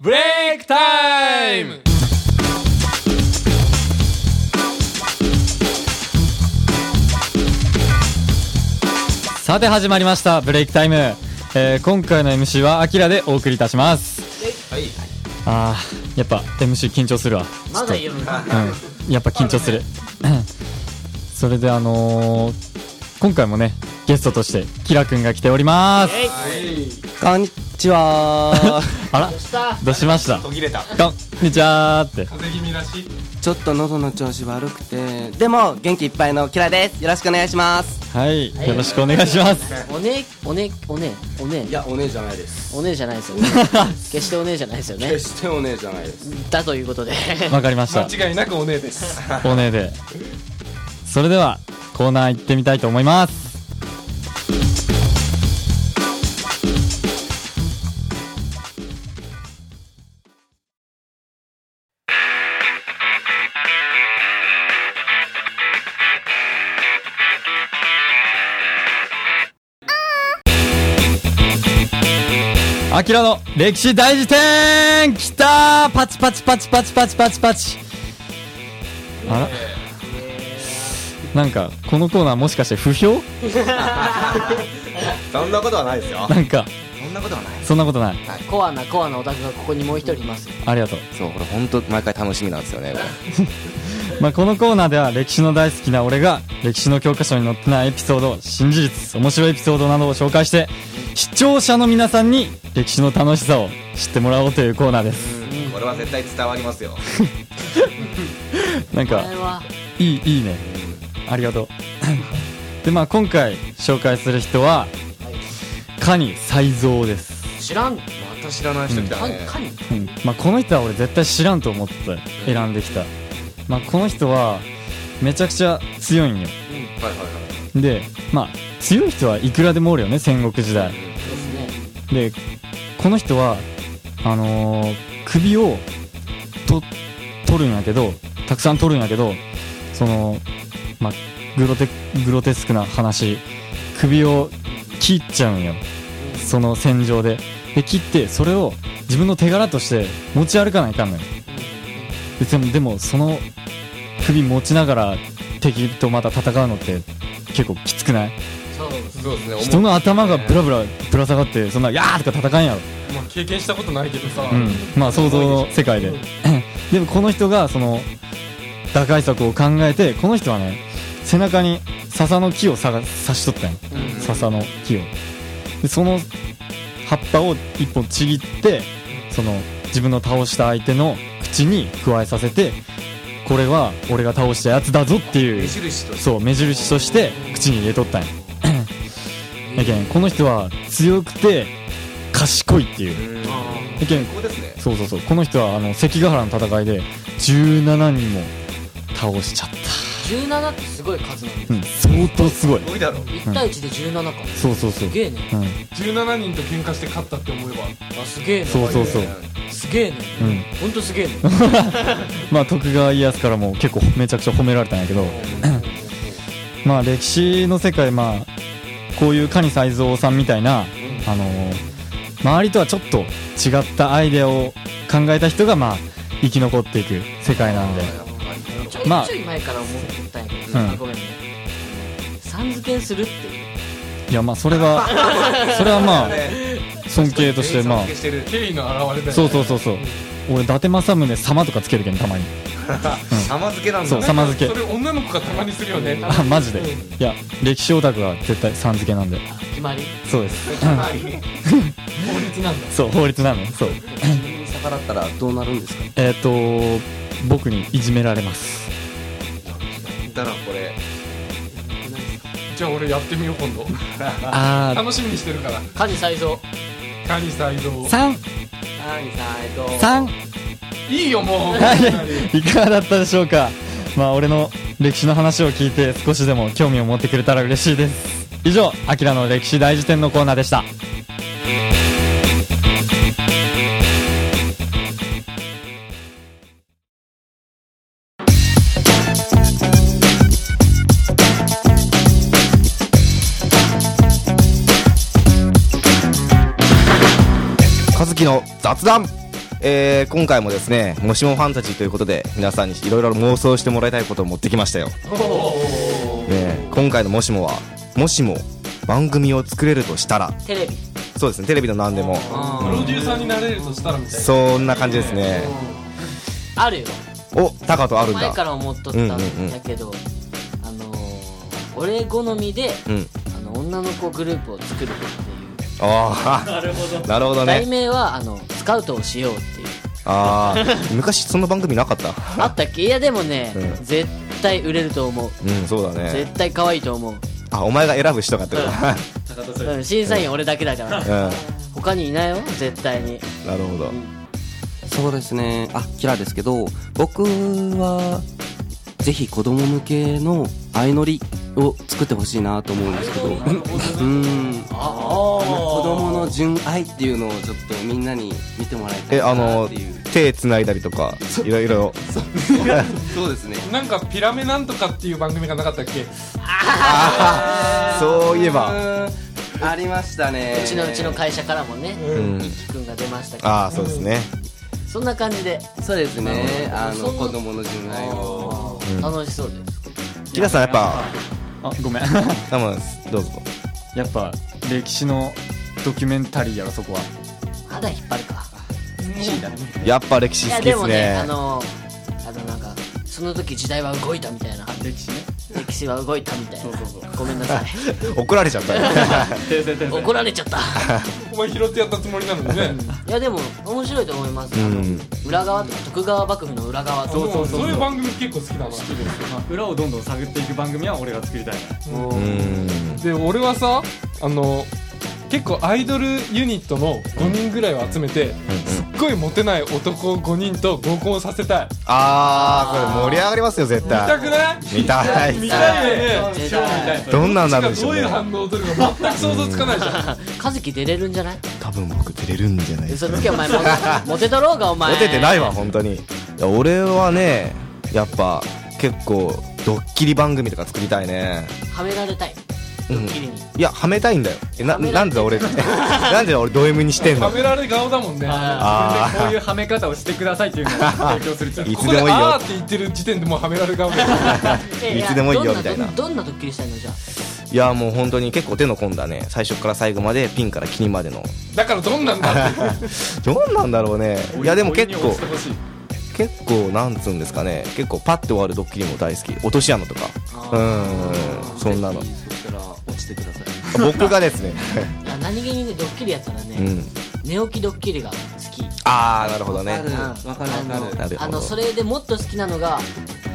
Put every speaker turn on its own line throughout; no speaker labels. ブレイクタイムさて始まりましたブレイクタイム、えー今回の MC はアキラでお送りいたします
はい
あーやっぱ MC 緊張するわ
まだ言うんだ
うん、やっぱ緊張する。それであのー今回もねゲストとしてキラくんが来ております。
えい
こんにちは
あら
どうした
どうしました。こ
途切れた
んにちはーって。
風邪気味らしい
ちょっと喉の調子悪くてでも元気いっぱいのキラですよろしくお願いします
はい、よろしくお願いします。
おねおねおねおね
やお姉じゃないです
おねじゃないですよね 決しておねじゃないですよね
してお姉じゃないです
だということ で
わかりました。
間違いなくお姉です
おねで。それではコーナー行ってみたいと思います。アキラの歴史大辞典きたーパチパチパチパチパチパチパチあらなんかこのコーナーもしかして不評
そんなことはないですよ
なんか
そんなことはない
そんなことない
コアなコアなオタクがここにもう一人います
ありがとう、
そう、これ本当毎回楽しみなんですよね。こ
まあ、このコーナーでは歴史の大好きな俺が歴史の教科書に載ってないエピソード新事実面白いエピソードなどを紹介して視聴者の皆さんに歴史の楽しさを知ってもらおうというコーナ ーです
れは絶対伝わりますよ。
なん
これ
か
はい
いいいねありがとうでまあ今回紹介する人はカニ才蔵です
知らん
また知らない人来た
カニ
ね。
カニ
うんまあ、この人は俺絶対知らんと思って選んできた、まあ、この人はめちゃくちゃ強いんよ
はいはいはい。
でまあ強い人はいくらでもおるよね戦国時代
ですね
でこの人はあのー首をと取るんやけどたくさん取るんやけどそのまあグロテグロテスクな話首を切っちゃうんよその戦場でで切ってそれを自分の手柄として持ち歩かないかんのよででもでもその首持ちながら敵とまた戦うのって結構きつくない
そうです
そうですね。
人の頭がブ
ラ
ラブラぶら下がってそんな「やー!」とか戦うんやろ
まあ経験したことないけどさ、
うん、まあ想像の世界で でもこの人がその打開策を考えてこの人はね背中に笹の木をさが刺しとったんよ
うん
笹の木をでその葉っぱを一本ちぎってその自分の倒した相手の口に加えさせてこれは俺が倒したやつだぞってい
目
う
印として。
そう目印として口に入れとったんややけんこの人は強くて賢いってい
うん。
うやけん
ここですね。
そうそうそうこの人はあの関ヶ原の戦いで17人も倒しちゃっ
17ってすごい数なんで
た、うん、相当すごい
すごいだろ。
1対1で17か
そうそうそう
す、げえね
う
17人と喧嘩して勝ったって思えば
あすげえね
そうそうそう
すげえ
ん
ね
うん
ほんとすげえね
まあ徳川家康からも結構めちゃくちゃ褒められたんやけど まあ歴史の世界まあこういう蟹才蔵さんみたいな、あのー周りとはちょっと違ったアイデアを考えた人がまあ生き残っていく世界なんで
ちょい
まあ
ちょい前から思ってたんやけ
う
ど
ん
あごめんねさん付けするっていう
いやまあそれはそれはまあ尊敬としてまあ
尊敬してる
敬意の表れだよね
そうそうそうそう俺伊達政宗様とかつけるけんたまに
様付けなんだ。
そう様付
それ女の子がたまにするよね
けマジでいや歴史オタクは絶対さん付けなんで
決まり
そうです
法律なんだ
そう法律なのそう
逆らったらどうなるんですか
えっ、ー、と僕にいじめられます
だなこれ。
じゃあ俺やってみよう今度
あ
楽しみにしてるから
家事再造
カニサイド
ー三
何再造
三
いいよもう
はいいかがだったでしょうかまあ俺の歴史の話を聞いて少しでも興味を持ってくれたら嬉しいです以上「アキラの歴史大辞典」のコーナーでした
カズキの雑談。
えー今回もですね、もしもファンタジーということで、皆さんにいろいろ妄想してもらいたいことを持ってきましたよ。ねえ今回のもしもは、もしも番組を作れるとしたら、
テレビ
そうですね、テレビの何でも、
あ
プロデューサーになれるとしたらみたいな
そんな感じですね。
ーあるよ
お、タカトあるん
前か
だ。
ら思っとったんだけど、あのー俺好みで
うん。
あの女の子グループを作るっていう
ああ、
なるほど
なるほど
題
ね。
名はあのスカウトをしようっていう
ああ、昔そんな番組なかった。
あったっけいやでもね、
うん
絶対売れると思う、
うん、そうだね。
絶対可愛いと思う、
あ、お前が選ぶ人がってこと
高田それ
うん、審査員俺だけだから
だ。うん。
他にいないよ絶対に
なるほど。
そうですね。あ、キラですけど、僕は、ぜひ子供向けの相乗りを作ってほしいなと思うんですけど、うーん。
あ
あの子供の
あ
純愛っていうのをちょっとみんなに見てもらいたい
え、あ
なっ
の
ていう。、
手繋いだりとか、いろいろ。
そうですね。
なんかピラメなんとかっていう番組がなかったっけ
そういえば。
うーんありましたね。
うちのうちの会社からもね、
うん。
きくんが出ましたけど
ああ、そうですね。
そんな感じで
そうですね。あの
そう
子供の純愛を。
うん
楽しそうです、
キラさんやっぱ、
あごめん
多分どうぞ。
やっぱ歴史のドキュメンタリーやろそこは
肌引っ張るか
やっぱ歴史
い
好
や
きで
ですもね
ね
あ。のあのなんかその時時代は動いたみたいな
歴史ね
歴史は動いたみたいなごめんなさい
怒られちゃったね。
訂正訂正
怒られちゃ った
お前拾ってやったつもりなのにね
いやでも面白いと思います、あの
うん
裏側とか徳川幕府の裏側とか
そうそう
そうそう
いう番組結構好きだな
まあ裏をどんどん探っていく番組は俺が作りたいね
うん。
で俺はさあの結構アイドルユニットの5人ぐらいを集めて、すっごいモテない男5人と合コンさせたい
ああ、これ盛り上がりますよ、絶
見た
対。
くない
見たい。
見たいよね
絶
超見たい
対
それ
どんなんなるんでし
ど
ょ
う
う
い
ね
う。反応を取るか全く想像つかないじゃん
和樹出れるんじゃない
多分僕出れるんじゃないです
嘘
か。
つけお前 モテモテだろうがお前
モテてないわ、本当に。いや俺はね、やっぱ、結構、ドッキリ番組とか作りたいね。
はめられたいドッキリに、
いや、はめたいんだよ。え、な、
はめら
なん で俺、なんで俺ド M にしてんの
食べられ顔だもんね
ああこういうはめ方をしてくださいっていうのを提供するっていう
い
こ
つ
こ
で
で
もいい
あ
よ
ーっ。て言ってる時点でもうはめられ顔だよ
え
いつでもいいよみたい
ど
な
んなどんなドッキリしたいのじゃあ
いや、もう本当に結構手の込んだね。最初から最後まで、ピンからキリまでの。
だからどんなんだって
どうなんだろうね。いや、でも結
追い
構
に、応じてほしい
結構、なんつうんですかね。結構、パッて終わるドッキリも大好き。落とし穴とか。うーん、そんなの
ぜ。ひそしたら落ちてください。
僕 がですね。
いや何気にねドッキリやったらね、
うん。
寝起きドッキリが好き
あー、なるほどね。
わかるわかるわかる。
なる
あ
ほ
の
ど。
それでもっと好きなのがあ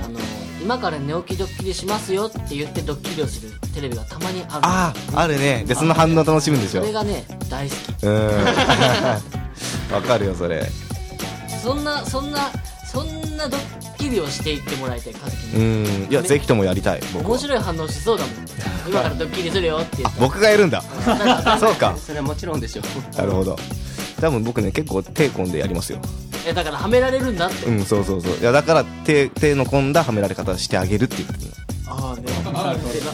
の今から寝起きドッキリしますよって言ってドッキリをするテレビがたまにある
あー、あるね。で、その反応楽しむんでし
そ
ょ。
れ
う
がね大好き
ーん。 わかるよ、それ。
そんなそんなそんなドッキリをしていってもらいたい和樹
う
に、
ん。いや、ぜひともやりたい。僕
面
は。
白い反応しそうだもん今からドッキリするよって言っ
僕がやるんだ。そうか。
それはもちろんでしょう。
なるほど。多分僕ね、結構手込んでやりますよ。
てえだからはめられるんだって
うん、そうそうそう。いや、だから手、手の込んだはめられ方してあげるっていう。
ああね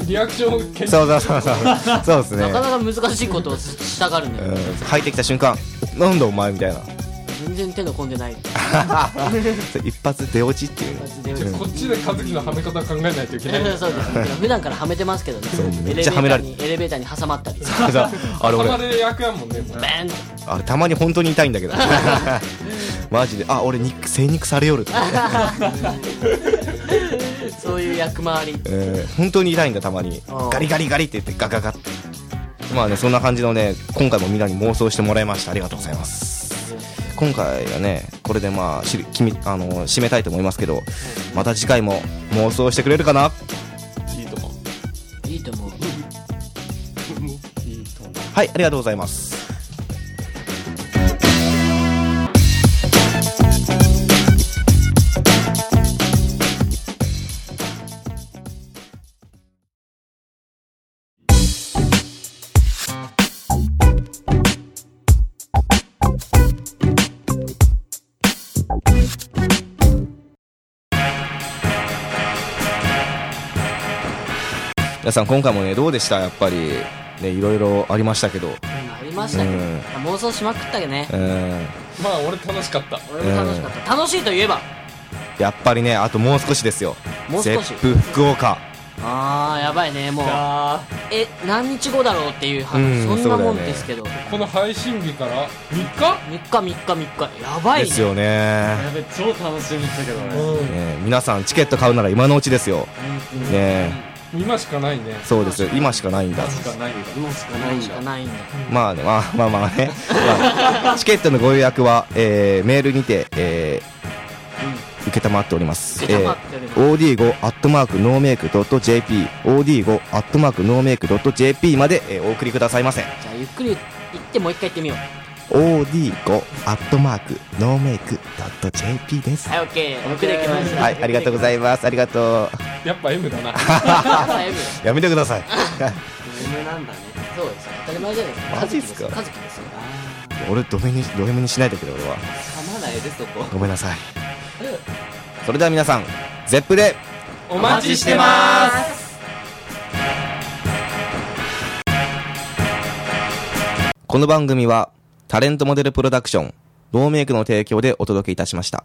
リアクションを検
そうそうそうそう。そうですね
な。かなか難しいことをししたがるんだ
う
よ、
ん、入ってきた瞬間、なんだお前みたいな。
全然手の込んでない
一発出落ちっていうね。
そうで
証こっちで和樹のはめ方考えないといけない
すね普段からはめてますけどねエレ
めっ
ベ
ちゃはめ
ー
ら
タ
れ
ーにエレベーターに挟まったり
そうあれ
頭
俺、
で役やもんね
バーンって
あれたまに本当に痛いんだけど。 マジで、あ、俺肉、精肉されよるって。
そういう役回り。
えー本当に痛いんだたまに
あー
ガリガリガリって言ってガガガってまあねそんな感じのね今回もみんなに妄想してもらいましたありがとうございます今回はねこれでまあしきみあの締めたいと思いますけどまた次回も妄想してくれるかない
いと思う。
はいありがとうございます皆さん今回もねどうでしたやっぱりねいろいろありましたけど
ありましたけど、
うん
妄想しまくったけどね
うん
まあ俺楽しかった
俺も楽しかった、楽しいといえば
やっぱりねあともう少しですよ
もう
ゼ
少し
ップ福岡
あーやばいねもうえ何日後だろうっていう話、
うん
そんなも
そうんだよね
ですけど、
この配信日から3
3日3日3日やばい
で
ね
すよね
やべ超楽しみにしたけど
日
ね
う
ね皆さんチケット買うなら今のうちですよね
ん今しかないね
そうですよ今しかないんだ
しかないよ
今しかない
何
ん
しか
だ
ないんだ
まあね、まあまあまあね、まあチケットのご予約は、えーメールにて、えー承っております。
受けたまってる、
od5 アットマークノーメイクドット JP、od5 アットマークノーメイクドット JP まで、えーお送りくださいませ。
じゃあゆっくり行ってもう一回行ってみよう
od5 アットマークノーメイクドット JP です。
はい OK よくできました
はい、ありがとうございます。ありがと
やっぱ M だな
だいぶ
う。やめてください。
夢なんだね
そうですよ当たり前じゃないですか
マジっすか
和樹ですよ和樹で
俺ドメにド M にしないでくれ俺は
噛まない でそこ
ごめんなさいそれでは皆さんゼップで
お待ちしてます
この番組はタレントモデルプロダクションノーメイクの提供でお届けいたしました